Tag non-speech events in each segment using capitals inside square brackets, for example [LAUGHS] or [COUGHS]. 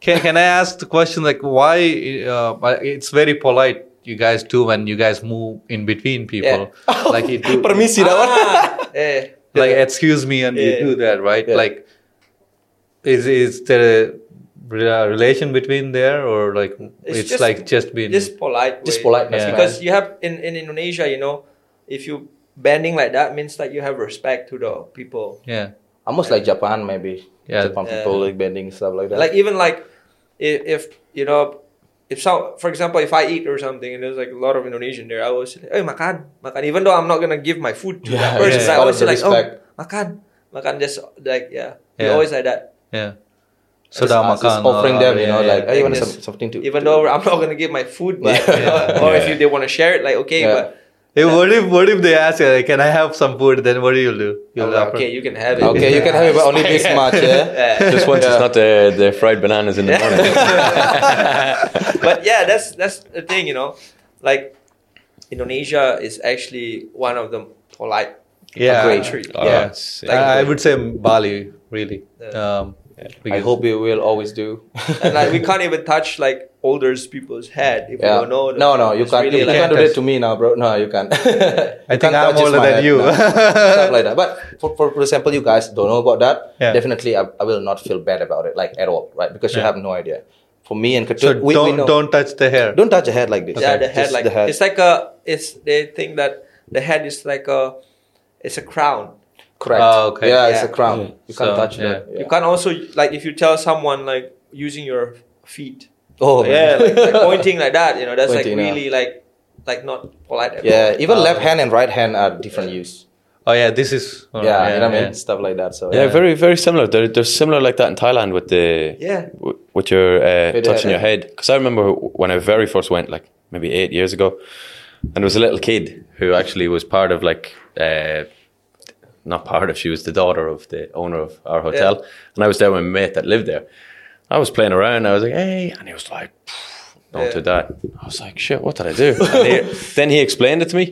Can can I ask the question like why? Uh, it's very polite you guys do when you guys move in between people. [LAUGHS] Like you [LAUGHS] do. Permisi Dawan. Ah, Eh. like excuse me and Yeah. you do that right Yeah. like is is there a re- uh, relation between there or like it's, just- like just being just polite. Just way. politeness, Yeah. Because you have in, in Indonesia, you know, if you bending like that means that you have respect to the people. yeah Almost like Japan maybe. Yeah. Japan Yeah. people like bending stuff like that. Like even like if, if you know if so for example if I eat or something and there's like a lot of Indonesian there, I will say, Hey makan, makan even though I'm not gonna give my food to Yeah, that person, yeah. I always say Part like, of the respect. Oh makan, makan just like yeah. We Yeah. always like that. yeah so Just us- just offering them, you know, like, hey, you want Yes. some, something to? Even to- though I'm not gonna give my food, but [LAUGHS] Yeah. you know, or if Yeah. you, they wanna share it, like okay, Yeah. but hey, what if what if they ask you like, can i have some food then what do you do I'm You'll like, offer- okay, you can have it. Okay, you can have it, but only [LAUGHS] this much, yeah. Just once Yeah. it's not the, the fried bananas in the morning. but yeah, that's that's the thing, you know. Like Indonesia is actually one of the polite yeah country. yeah, Uh, it's- I, I would say bali really um we I hope hope you will always do. And like we can't even touch like older people's head if [LAUGHS] Yeah. we don't know. them. no, no, you It's can't. really you like- can't do Yeah. that to me now, bro. No, you can't. I think I'm older than you. Stuff like that. But for, for, for example, you guys don't know about that. Yeah. Definitely, I, I will not feel bad about it, like at all, right? Because you Yeah. have no idea. For me and so Ketut, we, we don't know. don't touch the hair Don't touch a head like this. Yeah, the head Just like the head. it's like a it's they think that the head is like a it's a crown. correct. Oh, okay. Yeah, it's a Yeah. crown. You So, can't touch yeah. that. You can't also like if you tell someone like using your feet. Oh yeah, like, man. [LAUGHS] like pointing like that, you know, that's Pointing, yeah. like really like like not polite at all. yeah, even Oh. left hand and right hand are different use. oh yeah this is oh, Yeah, you know what I mean, stuff like that. So yeah, very very similar. They're, they're similar like that in Thailand with the Yeah. w- with your uh, With the touching head. your head. Because I remember when I very first went, like maybe eight years ago, and there was a little kid who actually was part of like. Uh, not part of. She was the daughter of the owner of our hotel, and I was there with my mate that lived there. I was playing around. I was like, "Hey," and he was like, "Don't do that." I was like, "Shit, what did I do?" And he- then he explained it to me.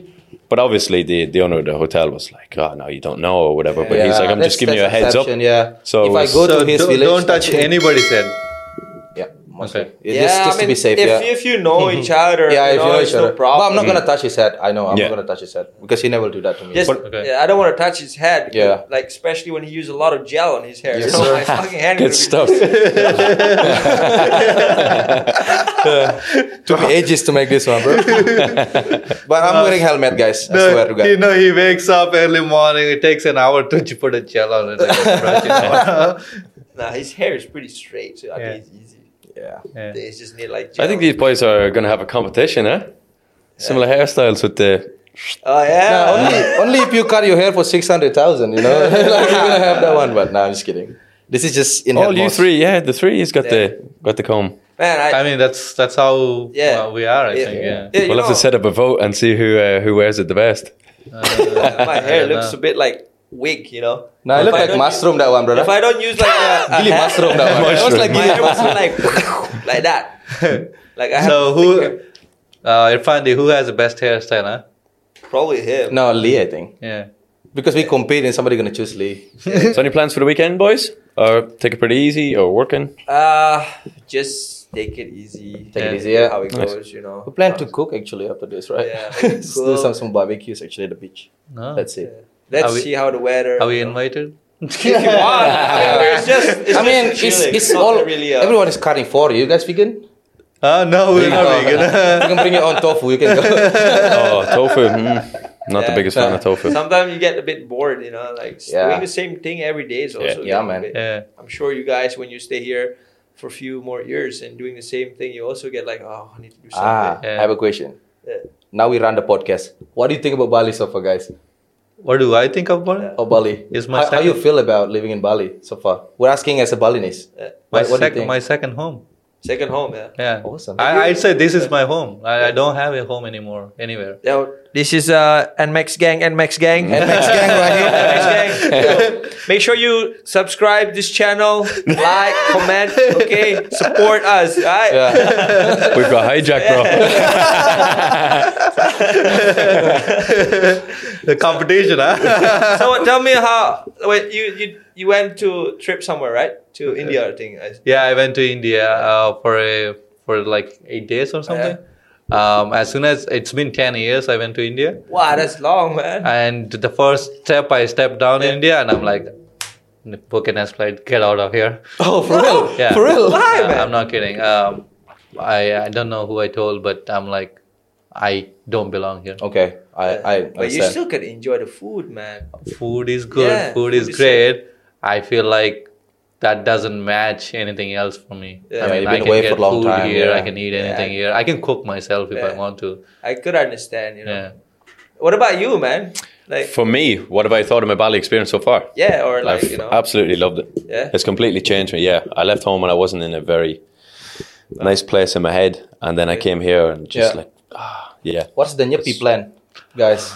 But obviously, the, the owner of the hotel was like, "Oh no, you don't know or whatever." But he's Yeah, like, "I'm that's- just giving you a that's heads up." exception, Yeah. So if I it's- go so to his don't, village, don't touch I think- anybody's head Yeah. Mostly. Okay. Yeah, just, just I mean, to be safe. If, yeah. if you [LAUGHS] know each other, yeah, you if you know it's each other. no problem. But I'm not gonna touch his head. I know I'm Yeah. not gonna touch his head because he never will do that to me. Just, But- Okay. yeah, I don't want to touch his head. Yeah. Like, especially when he used a lot of gel on his hair. [LAUGHS] Yes, you know, sir. my fucking hand Good would be- stuff. [LAUGHS] took me ages to make this one, bro. but I'm wearing helmet, guys. I swear to No, God. you know, he wakes up early morning. It takes an hour to put a gel on it. and brush it [LAUGHS] out. Nah, his hair is pretty straight, so I Yeah. think it's easy. Yeah. Yeah. They just need like gel. I think these boys are going to have a competition, eh? Similar hairstyles with the. Oh, yeah. No, only, only if you cut your hair for six hundred thousand, you know, [LAUGHS] like you're gonna have that one. But no, I'm just kidding. This is just in All head you mode. three, yeah, the three has got Yeah. the got the comb. Man, I, I mean, that's that's how Yeah. well, we are. I Yeah. think. Yeah. [LAUGHS] Yeah, you we'll have know, to set up a vote and see who uh, who wears it the best. [LAUGHS] my hair Yeah, looks no. a bit like wig, you know? No, I If look I like don't mushroom that one, Use, brother. if I don't use like a, a Gilly hat, mushroom that one. I was Mushroom. like [LAUGHS] my Gilly hair was mushroom. [LAUGHS] like, like that. Like, I have so thick who, hair. uh, Irfandi, who has the best hairstyle? Huh? Probably him. No, Lee, I think [LAUGHS] Yeah. because we compete and somebody gonna choose Lee. so, any plans for the weekend, boys? Or take it pretty easy, or [LAUGHS] working? Uh, just take it easy. Take Yeah. it easy. Yeah. How it Nice. goes, you know. We plan to cook actually after this, right? Oh. [LAUGHS] Yeah, we can Just do some cook. some barbecues actually at the beach. No. That's it. Let's Are we- see how the weather. Are we you know. invited? [LAUGHS] If you [LAUGHS] want, it's just. It's I mean, just it's, chilling. it's not all really. uh, A, everyone is cutting for you. You guys vegan? Uh, no, we're not Oh, you [LAUGHS] vegan. can bring your own tofu. You can go. [LAUGHS] oh, tofu. mm, not the Yeah. biggest fan of tofu. Sometimes you get a bit bored, you know, like s- Yeah. doing the same thing every day is also. Yeah, getting man. a bit- yeah. I'm sure you guys, when you stay here for a few more years and doing the same thing, you also get like, oh, I need to do ah, something. Yeah. I have a question. Yeah. Now we run the podcast. What do you think about Bali so far, guys? What do I think about it? Oh, Bali. It's my how, how you second- feel about living in Bali so far? We're asking as a Balinese. Yeah. My, What, what do you sec- think? [LAUGHS] my [LAUGHS] second home. Ah. Second home, yeah. Yeah. Awesome. [LAUGHS] I, I'd say this is my home. I, I don't have a home anymore anywhere. [LAUGHS] Now, This is uh, NMAX Gang, NMAX Gang. NMAX Gang right [LAUGHS] here. NMAX [LAUGHS] Gang. So, Make sure you subscribe this channel, [LAUGHS] like, comment, okay? Support us, all right? We've got hijacked, bro. [LAUGHS] the competition, [LAUGHS] huh? [LAUGHS] [LAUGHS] So tell me how, wait, you, you, you went to trip somewhere, right? To India, I think. I- yeah, I went to India uh, for a for like eight days or something. Um, as soon as it's been ten years, I went to India, Wow, that's long, man. and the first step I stepped down in Yeah. India, and I'm like, book an flight, get out of here. [LAUGHS] Oh, for [LAUGHS] real? Yeah. For real? Why, Uh, man? I'm not kidding. Um, I I don't know who I told, but I'm like, I don't belong here. Oh, Okay, I, I understand. but you still can enjoy the food, man. Food is good. Yeah, food is food is great. I feel like that doesn't match anything else for me. Yeah. I Yeah, mean, you've I been can away get for a long food time, here. I yeah. can eat Yeah. anything here. I can cook myself if I Yeah. want to. I could understand, you know. Yeah. What about you, man? Like, For me, what have I thought of my Bali experience so far? yeah, or like, I've you know. absolutely loved it. Yeah. It's completely changed me. Yeah. I left home and I wasn't in a very nice place in my head. And then I came here and just Yeah. like, ah, yeah. What's the Nyepi plan, guys?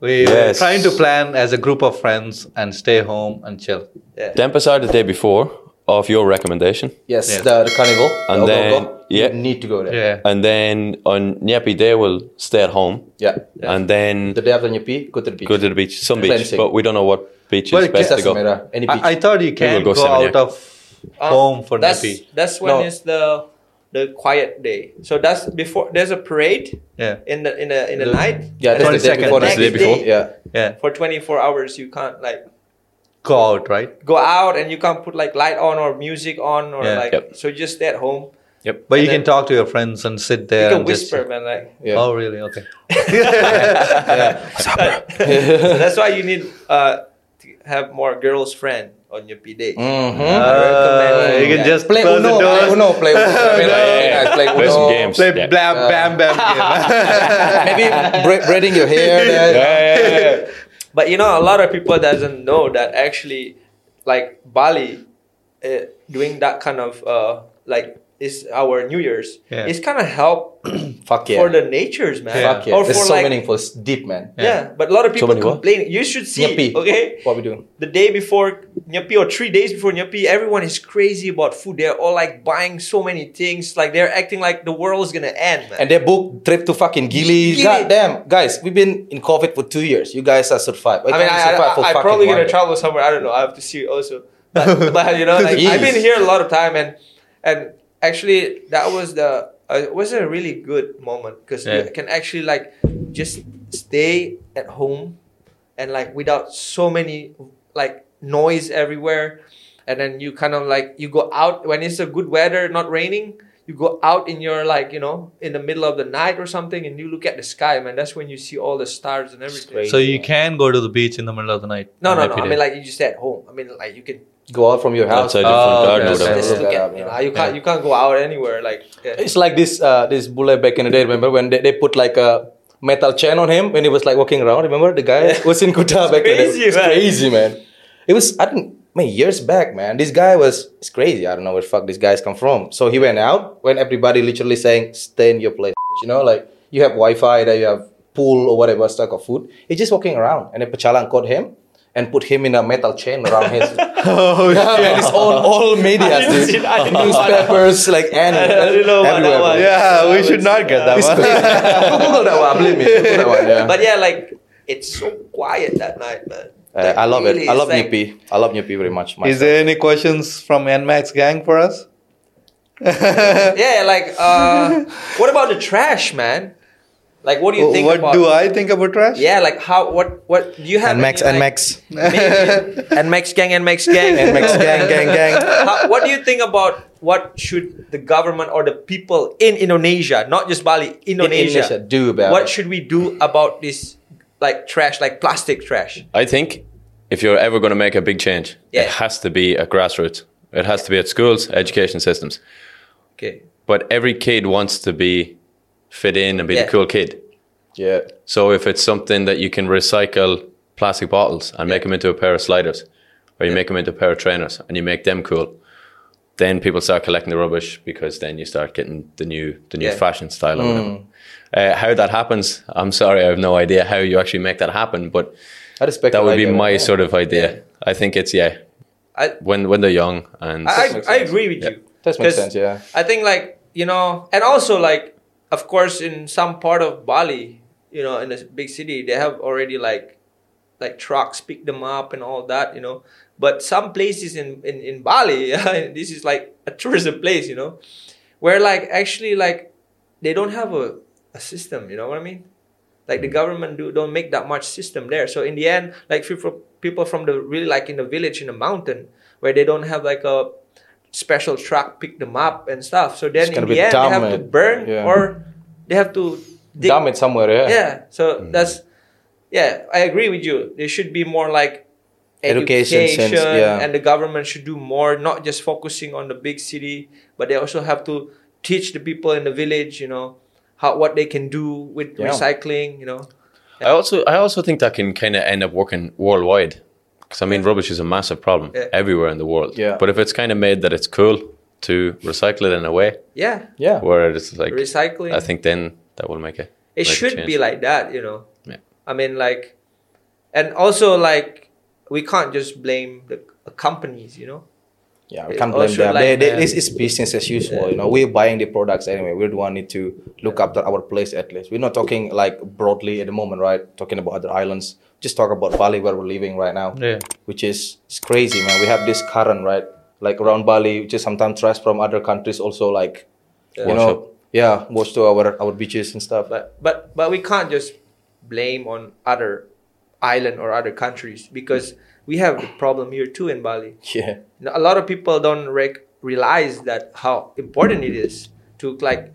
We Yes. were trying to plan as a group of friends and stay home and chill. yeah. Dempasar the day before of your recommendation. Yes, Yeah. the, the carnival. And the then- Ogogo. yeah. You need to go there. Yeah. And then on Nyepi Day, we'll stay at home. Yeah. And then The day after Nyepi, go to the beach. go to the beach, some beach, Cleansing. but we don't know what beach Well, is it best to doesn't go. matter. Any beach. I, I thought you can't go go, out Seminyak. of Uh, home for that's, Nyepi. That's when No. it's the the quiet day. So that's before there's a parade Yeah. in the in the in the, The- night. yeah, that's the day 22nd. before. That's the day before. Yeah. Yeah. For 24 hours you can't like Go out, right? go out and you can't put like light on or music on or Yeah. like Yep. so you just stay at home. Yep. But And you can then- talk to your friends and sit You there. can and just- whisper, man, like Yeah. Oh, really? Okay. so that's why you need uh to have more girls friend on your P day. Mm-hmm. I recommend Uh, you you can guys just play close Uno, the play doors. Uno, play [LAUGHS] Uno. I mean, like, you guys play Play some Uno. games. Play Yeah. blam, bam, [LAUGHS] bam. game. [LAUGHS] Maybe bra- braiding your [LAUGHS] hair. There. But you know, a lot of people doesn't know that actually, like Bali, uh, doing that kind of uh, like is our New Year's. Yeah. It's kind of help Fuck yeah. for the natures, man. Yeah. Fuck yeah. Or for It's so like, meaningful. It's deep, man. yeah. But a lot of people many what? complaining. You should see, Nyepi. okay, What we doing? the day before Nyepi or three days before Nyepi, everyone is crazy about food. They're all like buying so many things. Like they're acting like the world is gonna end, man. And they booked trip to fucking Gili. Gili. God damn, guys, we've been in COVID for two years. You guys are survived. I mean, I, survived for I, I, fucking am probably one gonna year. travel somewhere. I don't know. I have to see also. But, but, you know, like, I've been Jeez. here a lot of time, and and actually that was the uh, it was a really good moment because Yeah. you can actually like just stay at home and like without so many like noise everywhere, and then you kind of like you go out when it's a good weather, not raining. You go out in your like you know in the middle of the night or something, and you look at the sky, man. That's when you see all the stars and everything. So you can go to the beach in the middle of the night. No, on no, Nyepi no. I Day. mean, like you just stay at home. I mean, like you can Go out from your house. Outside your Oh, front okay, garden or okay. whatever. just look Yeah, at. yeah. You know, you can't you can't go out anywhere. Like [LAUGHS] yeah. [LAUGHS] It's like this uh, this bullet back in the day. Remember when they, they put like a metal chain on him when he was like walking around? Remember the guy was in Kuta back in the crazy, day. It's man. crazy, man. It was I don't man years back, man. This guy was it's crazy. I don't know where the fuck these guys come from. So he went out when everybody literally saying stay in your place. You know, like you have Wi-Fi, there you have pool or whatever stock of food. He's just walking around, and then Pachalang caught him. And put him in a metal chain [LAUGHS] around his. [LAUGHS] oh shit! It's all all media, didn't see dude. that. I [LAUGHS] didn't know that. Newspapers, like [LAUGHS] and I don't know what that everywhere, was. bro. yeah, we should not get that [LAUGHS] one. Google that one, believe me. Google that one, yeah. But yeah, like it's so quiet that night, man. Uh, I love it. I love Nippy. Nyepi. I love Nyepi very much. Is there any questions from NMAX gang for us? [LAUGHS] Yeah, like [LAUGHS] uh, what about the trash, man? Like, what do you think what about? do I think about trash? Yeah, like how? What? What do you have? and Max any, and like, Max [LAUGHS] maybe- and Max gang and Max gang and Max gang gang gang. How, what do you think about what should the government or the people in Indonesia, not just Bali, Indonesia, Indonesia do about what it? should we do about this like trash, like plastic trash? I think if you're ever going to make a big change, Yeah. it has to be at grassroots. It has to be at schools, education systems. Okay. But every kid wants to be fit in and be Yeah. the cool kid. [LAUGHS] Yeah. So if it's something that you can recycle plastic bottles and make them into a pair of sliders, or you make them into a pair of trainers and you make them cool, then people start collecting the rubbish because then you start getting the new the new Yeah. fashion style. or whatever. Uh, how that happens, I'm sorry, I have no idea how you actually make that happen, but I respect that the would be idea, my yeah. sort of idea. I think it's yeah. I- when when they're young and I, I, makes I sense. agree with you. That makes 'Cause sense, yeah. I think like you know, and also like of course in some part of Bali, you know, in a big city, they have already like like trucks pick them up and all that, you know. But some places in in, in Bali, [LAUGHS] this is like a tourism place, you know, where like actually like they don't have a, a system, you know what I mean? Like the government do don't make that much system there. So in the end, like people people from the really like in the village in the mountain where they don't have like a special truck pick them up and stuff. So then in It's gonna the be end they dumb have to it. burn Yeah. or they have to dig- Dumb it somewhere, yeah. yeah so that's yeah i agree with you there should be more like education, Education sense, yeah. and the government should do more not just focusing on the big city but they also have to teach the people in the village you know how what they can do with Yeah. recycling you know I also I also think that can kind of end up working worldwide because I mean rubbish is a massive problem Yeah. everywhere in the world. Yeah. But if it's kind of made that it's cool to recycle it in a way yeah Yeah. where it's like recycling I think then that will make it. it make a should change. be like that you know Yeah. i mean like and also like we can't just blame the companies you know Yeah, we It can't blame also them. like they, they, that. this is business as usual. You know, we're buying the products anyway. We're the one need to look after our place at least. We're not talking like broadly at the moment, right? Talking about other islands. Just talk about Bali where we're living right now. Yeah. Which is it's crazy, man. We have this current, right? Like around Bali, which is sometimes trash from other countries also like you Wash know up. yeah, wash to our our beaches and stuff. Like but but but we can't just blame on other island or other countries because we have the problem here too in Bali. yeah. You know, A lot of people don't rec- realize that how important it is to like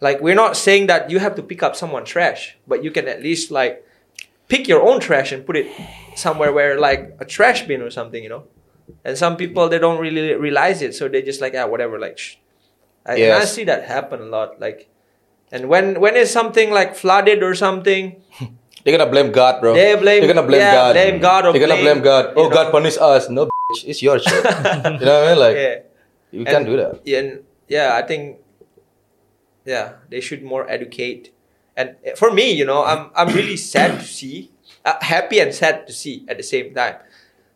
like we're not saying that you have to pick up someone's trash, but you can at least like pick your own trash and put it somewhere where like a trash bin or something, you know. And some people they don't really realize it, so they just like ah whatever like. Shh. I, and I Yes. see that happen a lot like and when when is something like flooded or something, [LAUGHS] They're gonna blame God, bro. They blame- They're gonna blame yeah, God. blame God or They're gonna blame blame- God. you Oh, God know. punish us. No, bitch, it's your [LAUGHS] shit. you know what I mean? Like yeah, you can't do that. yeah, and yeah, I think yeah, they should more educate. And uh, for me, you know, I'm I'm really sad to see, uh, happy and sad to see at the same time.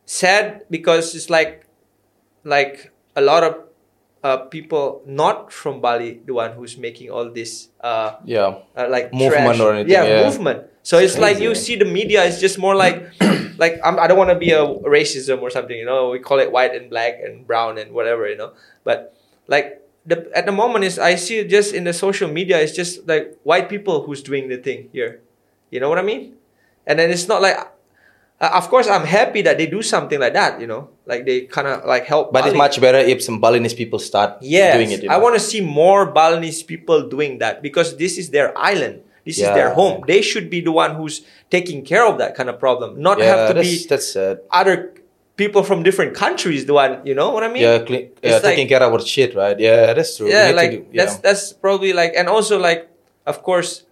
Sad because it's like like a lot of uh, people not from Bali, the one who's making all this uh, Yeah. uh, like Movement trash. or anything, Yeah, yeah. movement. So it's like you see the media is just more like, [CLEARS THROAT] like I'm, I don't want to be a racism or something. You know, we call it white and black and brown and whatever. You know, but like the at the moment is I see just in the social media it's just like white people who's doing the thing here. You know what I mean? And then it's not like. Uh, of course, I'm happy that they do something like that. You know, like they kind of like help. But it's Bali. much better if some Balinese people start Yes, doing it. you I know. want to see more Balinese people doing that because this is their island. This is their Yeah. home. They should be the one who's taking care of that kind of problem, not yeah, have to that's, be that's sad. other people from different countries. The one, you know what I mean? yeah, clean, yeah it's like- taking care of our shit, right? Yeah, that's true. We yeah need to like do- that's that's probably like and also like of course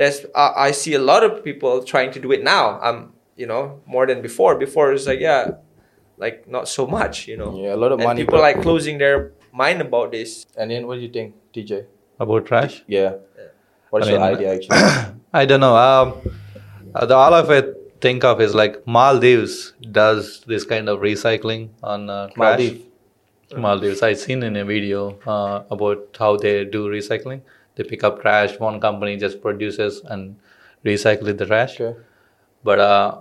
there's uh, i see a lot of people trying to do it now um you know more than before before it's like yeah like not so much you know Yeah, a lot of and money, people but- like closing their mind about this And then what do you think, DJ? About trash? Yeah. What's I your mean- idea [COUGHS] actually? I don't know. Um, uh, the all of it think of is like Maldives does this kind of recycling on uh, trash. Maldives. Maldives. I seen in a video uh, about how they do recycling. They pick up trash. One company just produces and recycle the trash. Okay. But uh,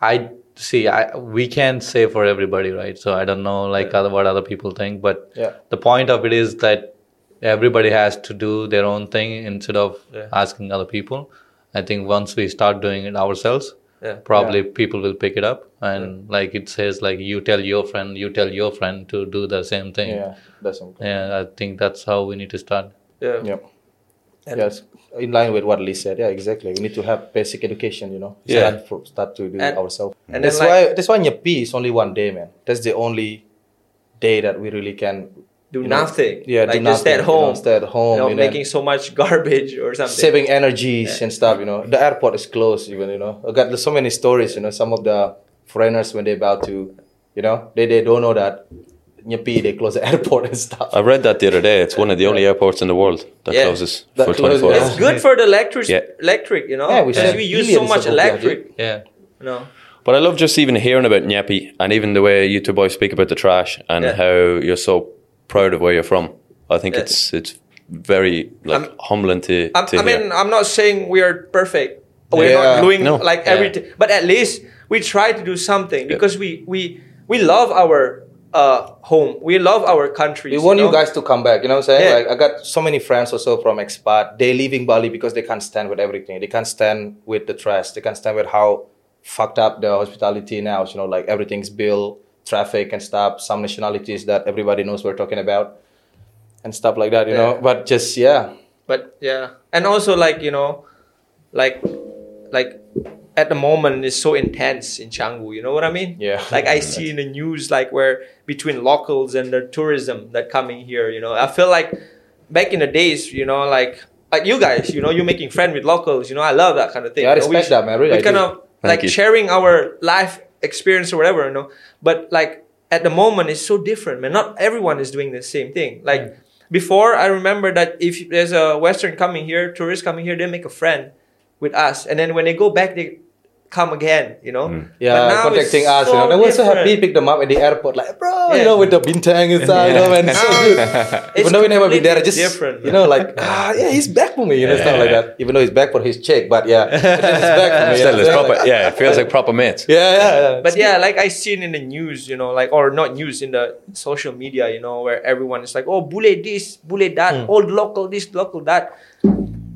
I see. I we can't say for everybody, right? So I don't know like other, what other people think. But Yeah. the point of it is that everybody has to do their own thing instead of asking other people. I think once we start doing it ourselves, Yeah. probably people will pick it up. And like it says, like you tell your friend, you tell your friend to do the same thing. Yeah, that's something. Yeah, I think that's how we need to start. yeah Yeah. And- yes, in line with what Lee said. Yeah, exactly. We need to have basic education. You know, Yeah. Start, from, start to do And- it ourselves. and And then, that's like- why that's why Nyepi is only one day, man. That's the only day that we really can do you know, nothing yeah, like do just stay nothing, at you know, home stay at home, you know, you know. making so much [LAUGHS] garbage or something saving energies and stuff. You know, the airport is closed. Even you know, I got so many stories. You know, some of the foreigners when they're about to, you know, they they don't know that Nyepi, they close the [LAUGHS] airport and stuff. I read that the other day. It's one of the only airports in the world that Yeah. closes That for closes, 24 yeah. hours. It's good for the electric, Yeah. electric, you know, Yeah, we because said we use so billions much of what we are electric, Yeah. you know. But I love just even hearing about Nyepi and even the way you two boys speak about the trash and Yeah. how you're so proud of where you're from. I think Yeah. it's it's very like I'm- humbling to, I'm, to I hear. mean, I'm not saying we are perfect. We're Yeah. not doing No. like Yeah. everything, but at least we try to do something Yeah. because we we we love our uh, home. We love our country. We want you guys to come back. You know what I'm saying? Yeah. Like I got so many friends also from expat. They leaving Bali because they can't stand with everything. They can't stand with the trash. They can't stand with how fucked up the hospitality now. is, You know, like everything's bill, traffic and stuff. Some nationalities that everybody knows we're talking about, and stuff like that. You Yeah. know, but just yeah, but yeah, and also like you know, like like at the moment it's so intense in Canggu. You know what I mean? Yeah. Like [LAUGHS] I see in the news like where between locals and the tourism that coming here. You know, I feel like back in the days, you know, like like you guys, you know, you're making friend with locals. You know, I love that kind of thing. Yeah, I You know, we respect that, man. Really, we I kind do. of like you. sharing our life experience or whatever, you know. But like at the moment, it's so different, man. Not everyone is doing the same thing. Like before, I remember that if there's a Western coming here, tourists coming here, they make a friend with us, and then when they go back, they come again, you know. But yeah, now it's contacting us. you know, they were so happy. different. Picked them up at the airport, like bro, you Yeah. know, with the bintang inside, you know, and it's so Now good. It's Even though we never been there, completely just different, you man. know, like ah, yeah, he's back for me, you know, stuff like that. Even though he's back for his check, but yeah, it's back [LAUGHS] for me. Still, you uh, it's know, proper. like- Yeah, it feels like proper mates. yeah, yeah, yeah. But yeah, like I seen in the news, you know, like or not news in the social media, you know, where everyone is like, oh, bullet this, bullet that, old local this, local that.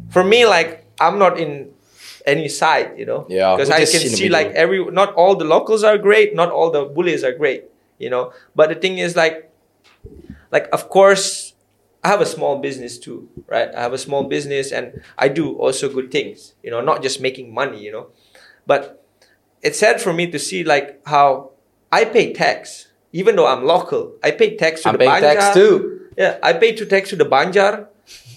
For me, like I'm not in any side, you know, Yeah, because I we're just can in the see middle. like every not all the locals are great, not all the bullies are great, you know. But the thing is, like, like of course, I have a small business too, right? I have a small business and I do also good things, you know, not just making money, you know, but it's sad for me to see like how I pay tax, even though I'm local. I pay tax to I'm the paying Banjar. tax too. Yeah, I pay to tax to the Banjar,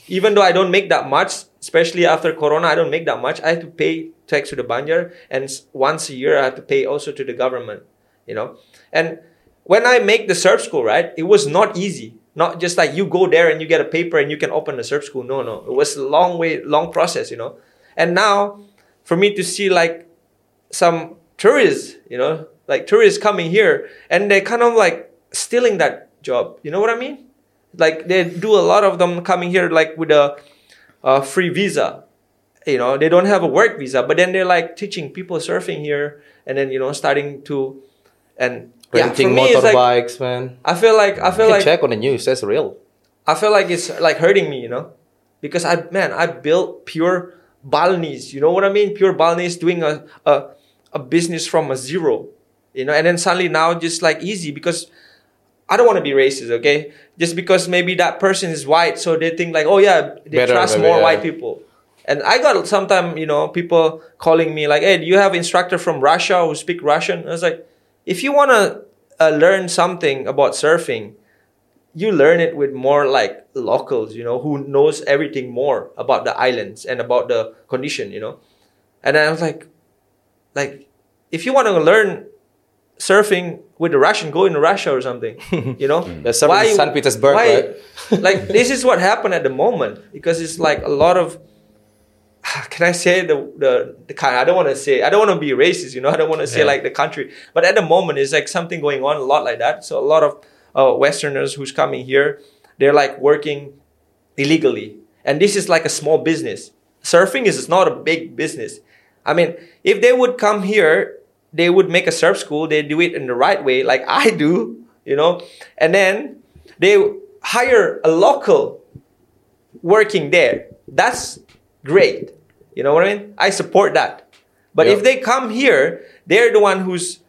even though I don't make that much. Especially after Corona, I don't make that much. I have to pay tax to the Banjar, and s- once a year I have to pay also to the government. You know, and when I make the Serb school, right, it was not easy. Not just like you go there and you get a paper and you can open a Serb school. No, no, it was a long way, long process. You know, and now for me to see like some tourists, you know, like tourists coming here and they're kind of like stealing that job. You know what I mean? Like they do a lot of them coming here like with a, a free visa. You know, they don't have a work visa, but then they're like teaching people surfing here and then, you know, starting to and yeah, for Renting me, it's like, motorbikes, man. I feel like I You feel can like check on the news. That's real. I feel like it's like hurting me, you know, because I man, I built pure Balinese. You know what I mean? Pure Balinese doing a a, a business from a zero, you know, and then suddenly now just like easy because I don't want to be racist, okay? Just because maybe that person is white, so they think like, oh yeah, they Better, trust maybe, more yeah. white people. And I got sometimes, you know, people calling me like, hey, do you have instructor from Russia who speak Russian? I was like, if you want to uh, learn something about surfing, you learn it with more like locals, you know, who knows everything more about the islands and about the condition, you know. And I was like, like, if you want to learn surfing with the Russian, go into Russia or something, you know. There's surfing in St. Petersburg, right? like this is what happened at the moment because it's like a lot of. [SIGHS] Can I say the the, the kind? I don't want to say. I don't want to be racist, you know. I don't want to say Yeah. like the country, but at the moment, it's like something going on a lot like that. So a lot of uh, Westerners who's coming here, they're like working illegally. And this is like a small business. Surfing is not a big business. I mean, if they would come here, they would make a surf school, they do it in the right way, like [LAUGHS] I do, you know, and then they hire a local working there. That's great. You know what I mean? I support that. But Yeah. if they come here, they're the one who's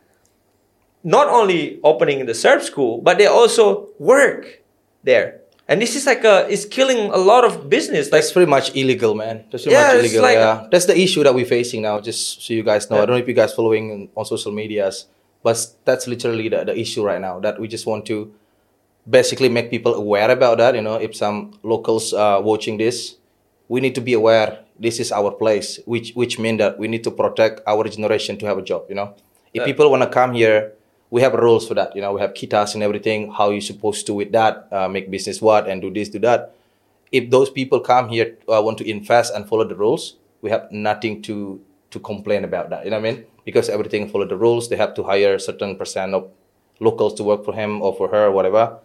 not only opening the Serb school, but they also work there. And this is like a it's killing a lot of business. Like That's pretty much illegal, man. That's pretty Yeah, much it's illegal. like- yeah, that's the issue that we're facing now. Just so you guys know, I Yeah. don't know if you guys following in- on social medias, but that's literally the, the issue right now. That we just want to basically make people aware about that. You know, if some locals are watching this, we need to be aware. This is our place, which which means that we need to protect our generation to have a job. You know, if people want to come here we have rules for that. You know, we have kitas and everything. How you supposed to with that uh, make business what and do this do that. If those people come here uh, want to invest and follow the rules, we have nothing to to complain about that. You know what I mean? Because everything follow the rules. They have to hire a certain percent of locals to work for him or for her, whatever.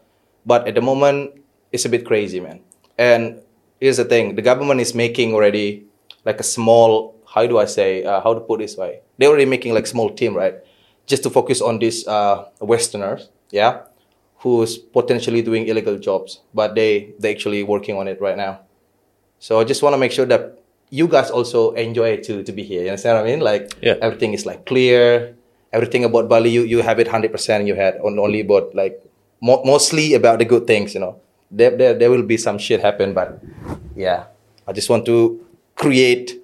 But at the moment, it's a bit crazy, man. And here's the thing: the government is making already like a small. How do I say? Uh, how to put this way? They're already making like small team, right? Just to focus on these uh, Westerners, yeah, who's potentially doing illegal jobs, but they they actually working on it right now. So I just want to make sure that you guys also enjoy to to be here. You understand what I mean? Like Yeah. everything is like clear. Everything about Bali, you, you have it hundred percent in your head. On only about like mo- mostly about the good things. You know, there, there there will be some shit happen, but yeah, I just want to create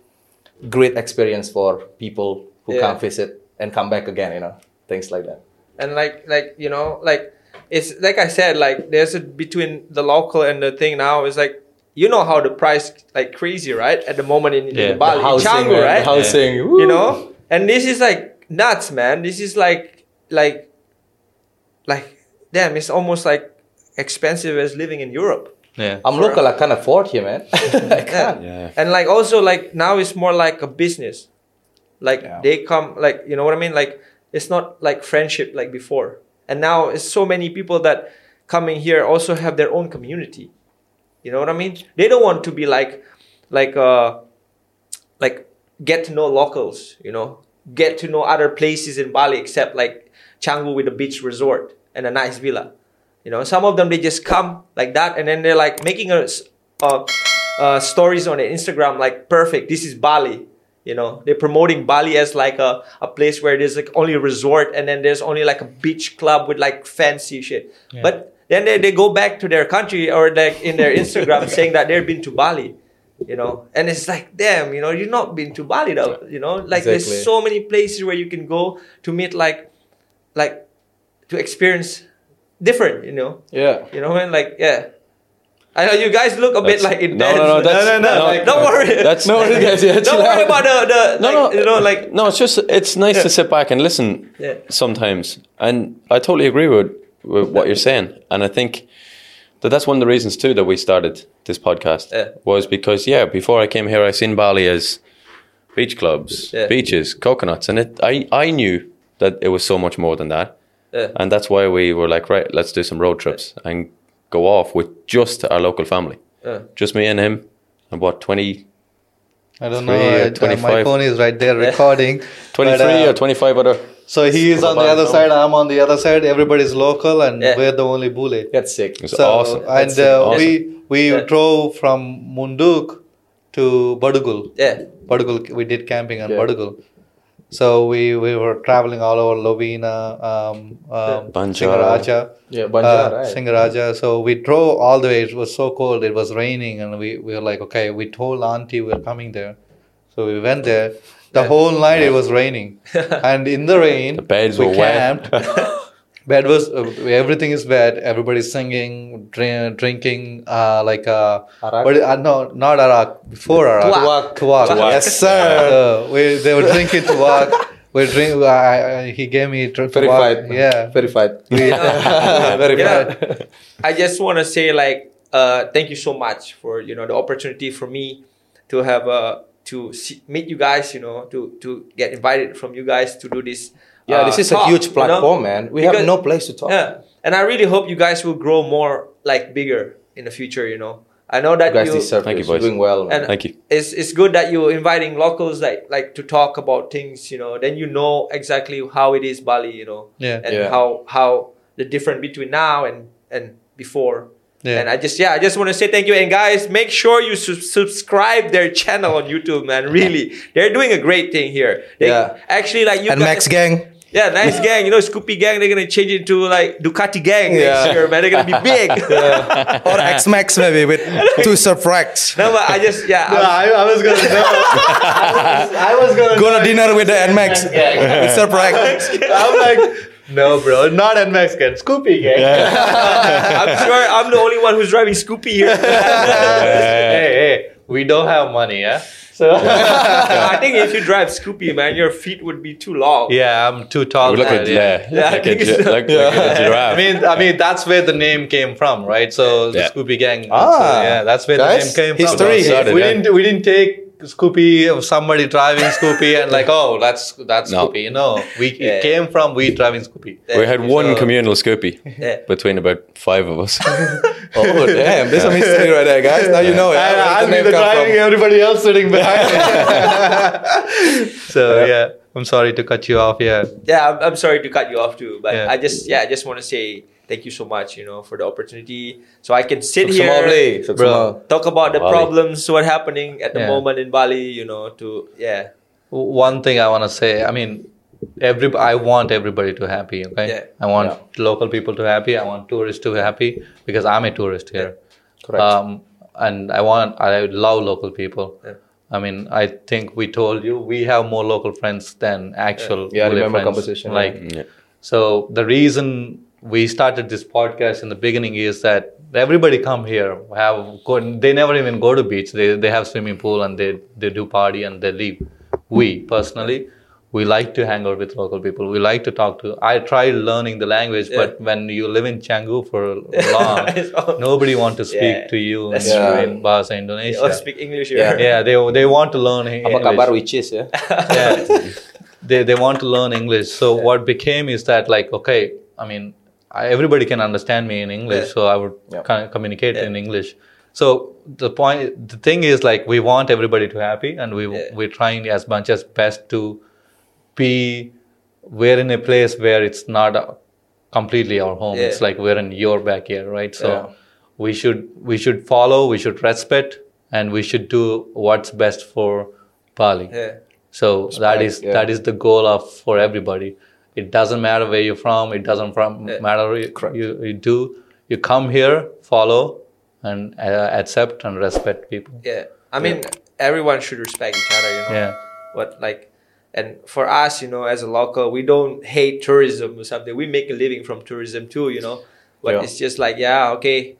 great experience for people who Yeah. come visit and come back again. You know, things like that. and like like you know like it's like i said like there's a between the local and the thing now is like you know how the price like crazy right at the moment in, Yeah, in bali the housing, Canggu, man, the right housing, you know and this is like nuts man this is like like like damn it's almost like expensive as living in europe yeah. I'm local. I can't afford here, [LAUGHS] man. I can't. Yeah. and like also like now it's more like a business like Yeah. they come like you know what i mean like it's not like friendship like before and now it's so many people that coming here also have their own community you know what i mean they don't want to be like like uh like get to know locals you know get to know other places in bali except like canggu with a beach resort and a nice villa you know some of them they just come like that and then they're like making a, s- uh uh stories on their instagram like perfect this is bali you know they're promoting bali as like a, a place where there's like only a resort and then there's only like a beach club with like fancy shit but then they, they go back to their country or like in their instagram saying that they've been to bali you know and it's like damn you know you've not been to bali though you know like Exactly. there's so many places where you can go to meet like like to experience different you know Yeah. you know what I mean? Like, yeah. I know you guys look a bit That's- like no, intense. no, no, that's- No, no, no, like- uh, don't worry. that's- No worry, guys, yeah, chill [LAUGHS] don't worry out. about the, the No, like, no. you know, like, No, it's just it's nice to sit back and listen Yeah. sometimes, and I totally agree with, with what you're saying, and I think that that's one of the reasons too that we started this podcast Yeah. was because yeah, before I came here, I seen Bali as beach clubs, Yeah. beaches, coconuts, and it I I knew that it was so much more than that, Yeah. and that's why we were like, right, let's do some road trips and go off with just our local family, Yeah. just me and him, and what twenty I don't know. Three or I, uh, my 25. phone is right there recording. 23 but, uh, or 25 other So he is on the About other how side. I'm on the other side. Everybody's local, and Yeah. we're the only bullet. That's sick. It's so awesome. and That's uh, awesome. we we Yeah. drove from Munduk to Badugul. yeah. Badugul. We did camping on Yeah. Badugul. So we, we were traveling all over Lovina, um, um, Banjara. Singaraja, Yeah, Banjara, uh, right. Singaraja. So we drove all the way. It was so cold. It was raining, and we, we were like, okay, we told auntie we we're coming there. So we went there. The whole night it was [LAUGHS] raining, and in the rain, The beds we were wet. camped. [LAUGHS] Bed was uh, everything is bad. Everybody's singing, drink, drinking, uh, like uh, Arak? what- uh, no, not arak. Before arak, Tuak. Tuak. Tuak. Yes, sir. So we, they were drinking tuak. We drink. I, I, he gave me tr- tuak. Verified. Yeah. [LAUGHS] Verified. You know, [LAUGHS] Verified. I just want to say, like, uh, thank you so much for, you know, the opportunity for me to have, uh, to see, meet you guys, you know, to, to get invited from you guys to do this. Yeah, uh, this is talk, a you huge know? platform, man. We have Because- no place to talk. Yeah, and I really hope you guys will grow more, like bigger in the future. You know, I know that You guys you, deserve Thank you, this. You're boys. doing well, man. and Thank you. It's it's good that you're inviting locals like like to talk about things. You know, then you know exactly how it is Bali. You know, Yeah. and Yeah. how how the difference between now and and before. Yeah. And I just yeah, I just want to say thank you. And guys, make sure you sub- subscribe their channel on YouTube, man. Really, they're doing a great thing here. They, Yeah. Actually, like you and guys- Max Gang. yeah, nice gang. You know, Scoopy gang. They're gonna change it to like Ducati gang Yeah. next year, man. They're gonna be big. [LAUGHS] or X Max maybe with [LAUGHS] two surfracks. [LAUGHS] No, but I just yeah. I was- I was gonna. No, I was gonna. Go to dinner with [LAUGHS] the NMAX. with surfrack. I'm like, no, bro, not NMAX gang, Scoopy gang. [LAUGHS] I'm sure I'm the only one who's driving Scoopy here. hey, hey, we don't have money, yeah. So I think if you drive Scoopy, man, your feet would be too long. Yeah, I'm too tall. look for at that, yeah, Yeah, I like, a, think gi- [LAUGHS] it's- like, like a I giraffe. mean, I mean that's where the name came from, right? So the Yeah. Scoopy Gang. Ah, so, yeah, that's where guys, the name came history. from. Started, we yeah. didn't we didn't take Scoopy or somebody driving Scoopy and like oh that's that's No. Scoopy. No, we Yeah. it came from we driving Scoopy. we had one So- communal scoopy Yeah. between about five of us. [LAUGHS] [LAUGHS] Oh damn, there's a mystery right there, guys. Now you know it. And Where I'm name either come driving, from. everybody else sitting behind me. [LAUGHS] so yeah, I'm sorry to cut you off. Yeah. yeah I'm, I'm sorry to cut you off too but Yeah. i just yeah i just want to say thank you so much you know for the opportunity so i can sit Suk here Samal Lee, Suk Bro. Samal. talk about the Bali. problems what happening at the Yeah. moment in bali you know to yeah one thing I want to say. I mean, every I want everybody to happy. Okay, Yeah. I want local people to happy. I want tourists to be happy because I'm a tourist here. Correct. Um, and I want I love local people. Yeah. I mean, I think we told you we have more local friends than actual. Yeah, I Malay remember friends. conversation, Like, yeah. so the reason we started this podcast in the beginning is that everybody come here have go, they never even go to beach they, they have swimming pool and they, they do party and they leave we personally we like to hang out with local people we like to talk to i tried learning the language but when you live in canggu for It's long all- nobody want to speak Yeah, to you that's in, true. in bahasa you indonesia all speak english Yeah. here. yeah they, they want to learn Apa English kabar witches [LAUGHS] ya? yeah. they, they want to learn English. So what became is that like, okay, I mean, I, everybody can understand me in English, Yeah. so I would Yeah. kind of communicate in English. So the point, the thing is like, we want everybody to happy, and we Yeah. we're trying as much as best to be. We're in a place where it's not uh completely our home. Yeah. It's like we're in your backyard, right? So Yeah. we should we should follow, we should respect, and we should do what's best for Bali. Yeah. So that is yeah. that is the goal of for everybody. It doesn't matter where you're from. It doesn't from Yeah. matter you, Correct. you you do. You come here, follow, and uh, accept and respect people. yeah i mean everyone should respect each other you know Yeah, but like and for us you know as a local we don't hate tourism or something we make a living from tourism too you know but Yeah. it's just like yeah okay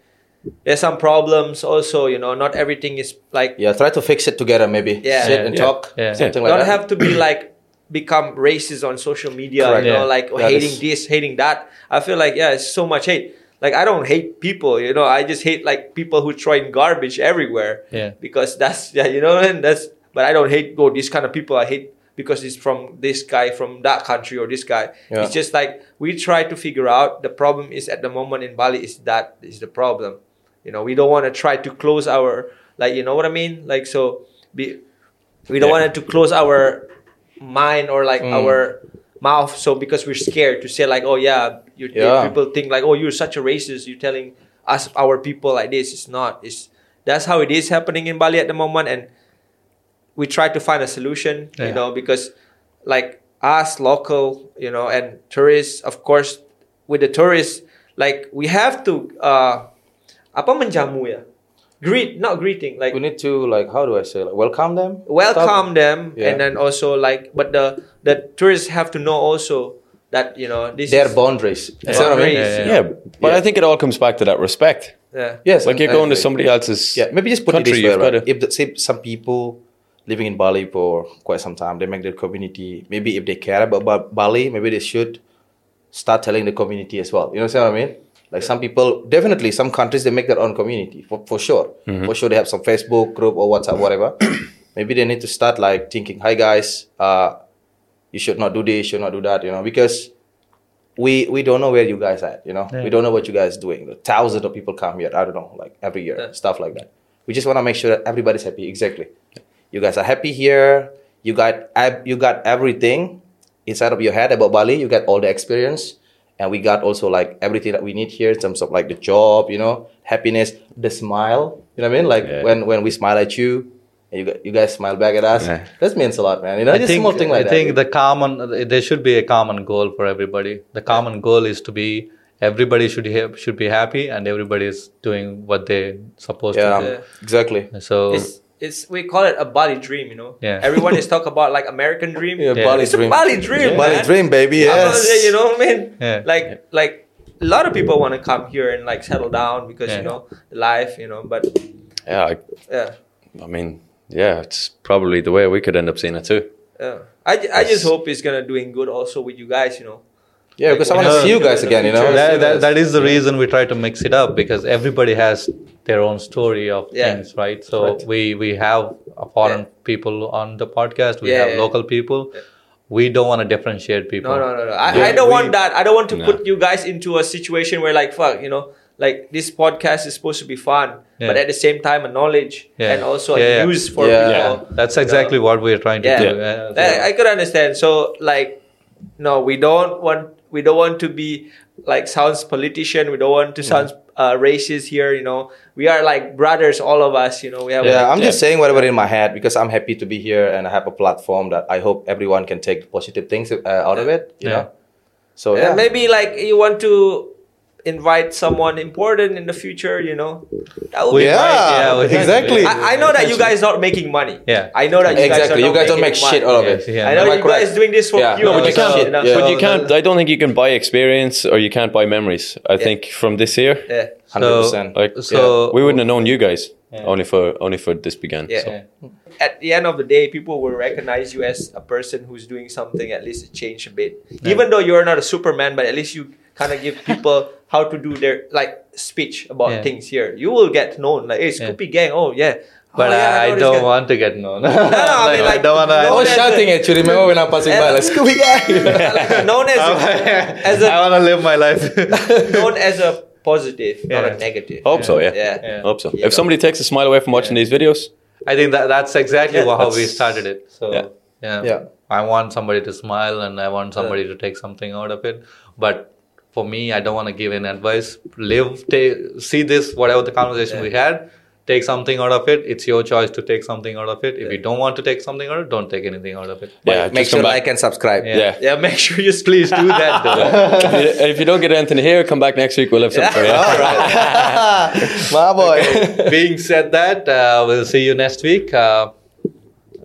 there's some problems also you know not everything is like Yeah, try to fix it together maybe. Yeah. Sit and Yeah. talk. Yeah. Something like don't that. have to [CLEARS THROAT] be like become racist on social media Correct. you know Yeah. like oh, That hating is- this hating that i feel like yeah it's so much hate like i don't hate people you know i just hate like people who throwing garbage everywhere Yeah. because that's yeah you know and that's but i don't hate oh these kind of people i hate because it's from this guy from that country or this guy Yeah. it's just like we try to figure out the problem is at the moment in bali is that is the problem you know we don't want to try to close our like you know what i mean like so be we don't Yeah. want to close our mind or like our mouth so because we're scared to say like oh yeah you Yeah. people think like oh you're such a racist you're telling us our people like this it's not it's that's how it is happening in bali at the moment and we try to find a solution you Yeah. know because like us local you know and tourists of course with the tourists like we have to uh apa menjamu ya greet not greeting like We need to like how do I say like welcome them? welcome them Yeah. and then also like but the the tourists have to know also that you know this Their is, boundaries. You Yeah. know what I mean? Boundaries. Yeah. Yeah, but I think it all comes back to that respect. yeah Yes. Like you're and- going to and- somebody else's Yeah, maybe just put country. it this way, you've got right? to- If the, say some people living in Bali for quite some time, they make their community. Maybe if they care about Ba- Bali, maybe they should start telling the community as well. You know what I mean? Like some people, definitely some countries they make their own community for, for sure. Mm-hmm. For sure, they have some Facebook group or WhatsApp, whatever. [COUGHS] maybe they need to start like thinking, "Hi guys, uh, you should not do this, you should not do that," you know, because we we don't know where you guys at, you know. We don't know what you guys doing. Thousands of people come here, I don't know, like every year, stuff like that. We just want to make sure that everybody's happy. Exactly. You guys are happy here. You got ev- you got everything inside of your head about Bali. You got all the experience. And we got also like everything that we need here in terms of like the job, you know, happiness, the smile. You know what I mean? Like Yeah. when when we smile at you, and you gu- you guys smile back at us. Yeah. That means a lot, man. You know, just small thing I like that. think the common there should be a common goal for everybody. The common goal is to be everybody should ha- should be happy and everybody is doing what they supposed yeah, to exactly. do. So it's it's we call it a bali dream you know Yeah. everyone [LAUGHS] is talk about like american dream Yeah, Yeah. Bali it's a dream. bali dream Bali man. dream, baby. I'm not- Yes. you know what i mean Yeah. like like a lot of people want to come here and like settle down because you Yeah. know life you know but yeah, I, yeah I mean, yeah, it's probably the way we could end up seeing it too. Yeah. I, ju- I just hope he's gonna doing good also with you guys. You know. Yeah, because I Like, want to no, see you no, guys no, again. You no, know, no, that, that, that is the reason we try to mix it up because everybody has their own story of Yeah. things right so we we have a foreign people on the podcast we Yeah, have yeah, local people we don't want to differentiate people No, no, no, no. I, Yeah, I don't we- want that. I don't want to No. put you guys into a situation where like fuck, you know, like this podcast is supposed to be fun, but Yeah. at the same time a knowledge Yeah. and also a Yeah, yeah. use for Yeah. people. that's exactly what we're trying to Yeah. do Yeah. I, I could understand. So like no, we don't want we don't want to be like sounds politician. We don't want to sound uh, racist here. You know, we are like brothers, all of us. You know, we have Yeah, I'm Yeah. just saying whatever in my head because I'm happy to be here and I have a platform that I hope everyone can take positive things uh, out of it. You Yeah. know, so Yeah, oh, yeah, maybe like you want to invite someone important in the future, you know. That would We- be nice. might, yeah, yeah, we might. exactly. I, I know that you guys not making money. Yeah. I know that you exactly. guys are You guys not don't make making shit money. out of Yeah, it. yeah. I know Am you guys doing this for Yeah, pure. no, but you yourself, can't- know? yeah. But you no, can't. I don't think you can buy experience, or you can't buy memories. I think from this year, Yeah. Hundred percent. like So- yeah, we wouldn't have known you guys Yeah. only for only for this began. Yeah. so. At the end of the day, people will recognize you as a person who's doing something at least change a bit. Even though you're not a Superman, but at least you kind of give people [LAUGHS] how to do their like speech about Yeah. things here. You will get known like, hey, Scoopy Gang. Oh yeah. but oh, I, yeah, I know this don't guy. want to get known [LAUGHS] I mean, like, I don't want no I to was that's shouting it. at you. Remember when I'm passing by? Like Scooby [LAUGHS] guy. [LAUGHS] Like, known [LAUGHS] as a, as a I want to live my [LAUGHS] life known as a positive, not a Yeah. negative. Hope so, yeah. Yeah. Yeah. Hope so. Yeah. If somebody takes a smile away from watching these videos, I think that that's exactly Yeah. how we That's- started it. So Yeah. yeah. Yeah. I want somebody to smile and I want somebody to take something out of it. But for me, I don't want to give any advice. Live, ta- see this, whatever the conversation we had, take something out of it. It's your choice to take something out of it. If you don't want to take something out of it, don't take anything out of it. yeah, Make just sure come back. like and subscribe. Yeah. yeah. Yeah, make sure you split. [LAUGHS] Please do that though. if, you, if you don't get anything here, come back next week. We'll have something for you. [LAUGHS] My boy. Being said that, uh, we'll see you next week. Uh,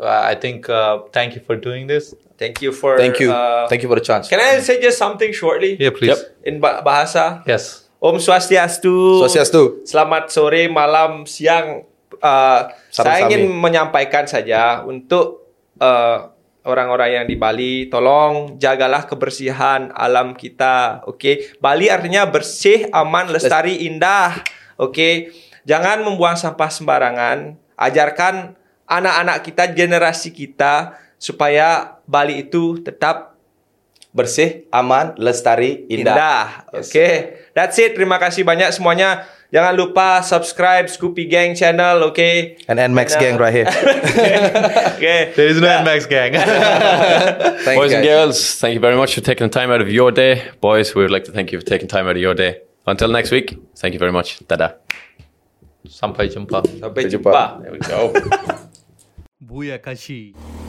I think uh, thank you for doing this. Thank you for. [LAUGHS] Thank you. uh, Thank you for the chance. Can I say just something shortly Yeah, please. Yep. in ba- bahasa? Yes. Om Swastiastu. Swastiastu. Selamat sore, malam, siang. Uh, saya Sama-sama. ingin menyampaikan saja untuk uh, orang-orang yang di Bali, tolong jagalah kebersihan alam kita. Oke, Bali artinya bersih, aman, lestari, indah. Oke, jangan membuang sampah sembarangan. Ajarkan anak-anak kita, generasi kita supaya Bali itu tetap Bersih, aman, lestari, indah. indah. Oke, that's it. Terima kasih banyak semuanya. Jangan lupa subscribe Scoopy Gang channel, oke? And NMAX gang right here. Oke. There is no NMAX [LAUGHS] gang. Thank Boys you. and guys. girls, thank you very much for taking the time out of your day. Boys, we would like to thank you for taking time out of your day. Until next week, thank you very much. Dadah. Sampai jumpa. Sampai Sampai jumpa. jumpa. There we go. Booyakashi.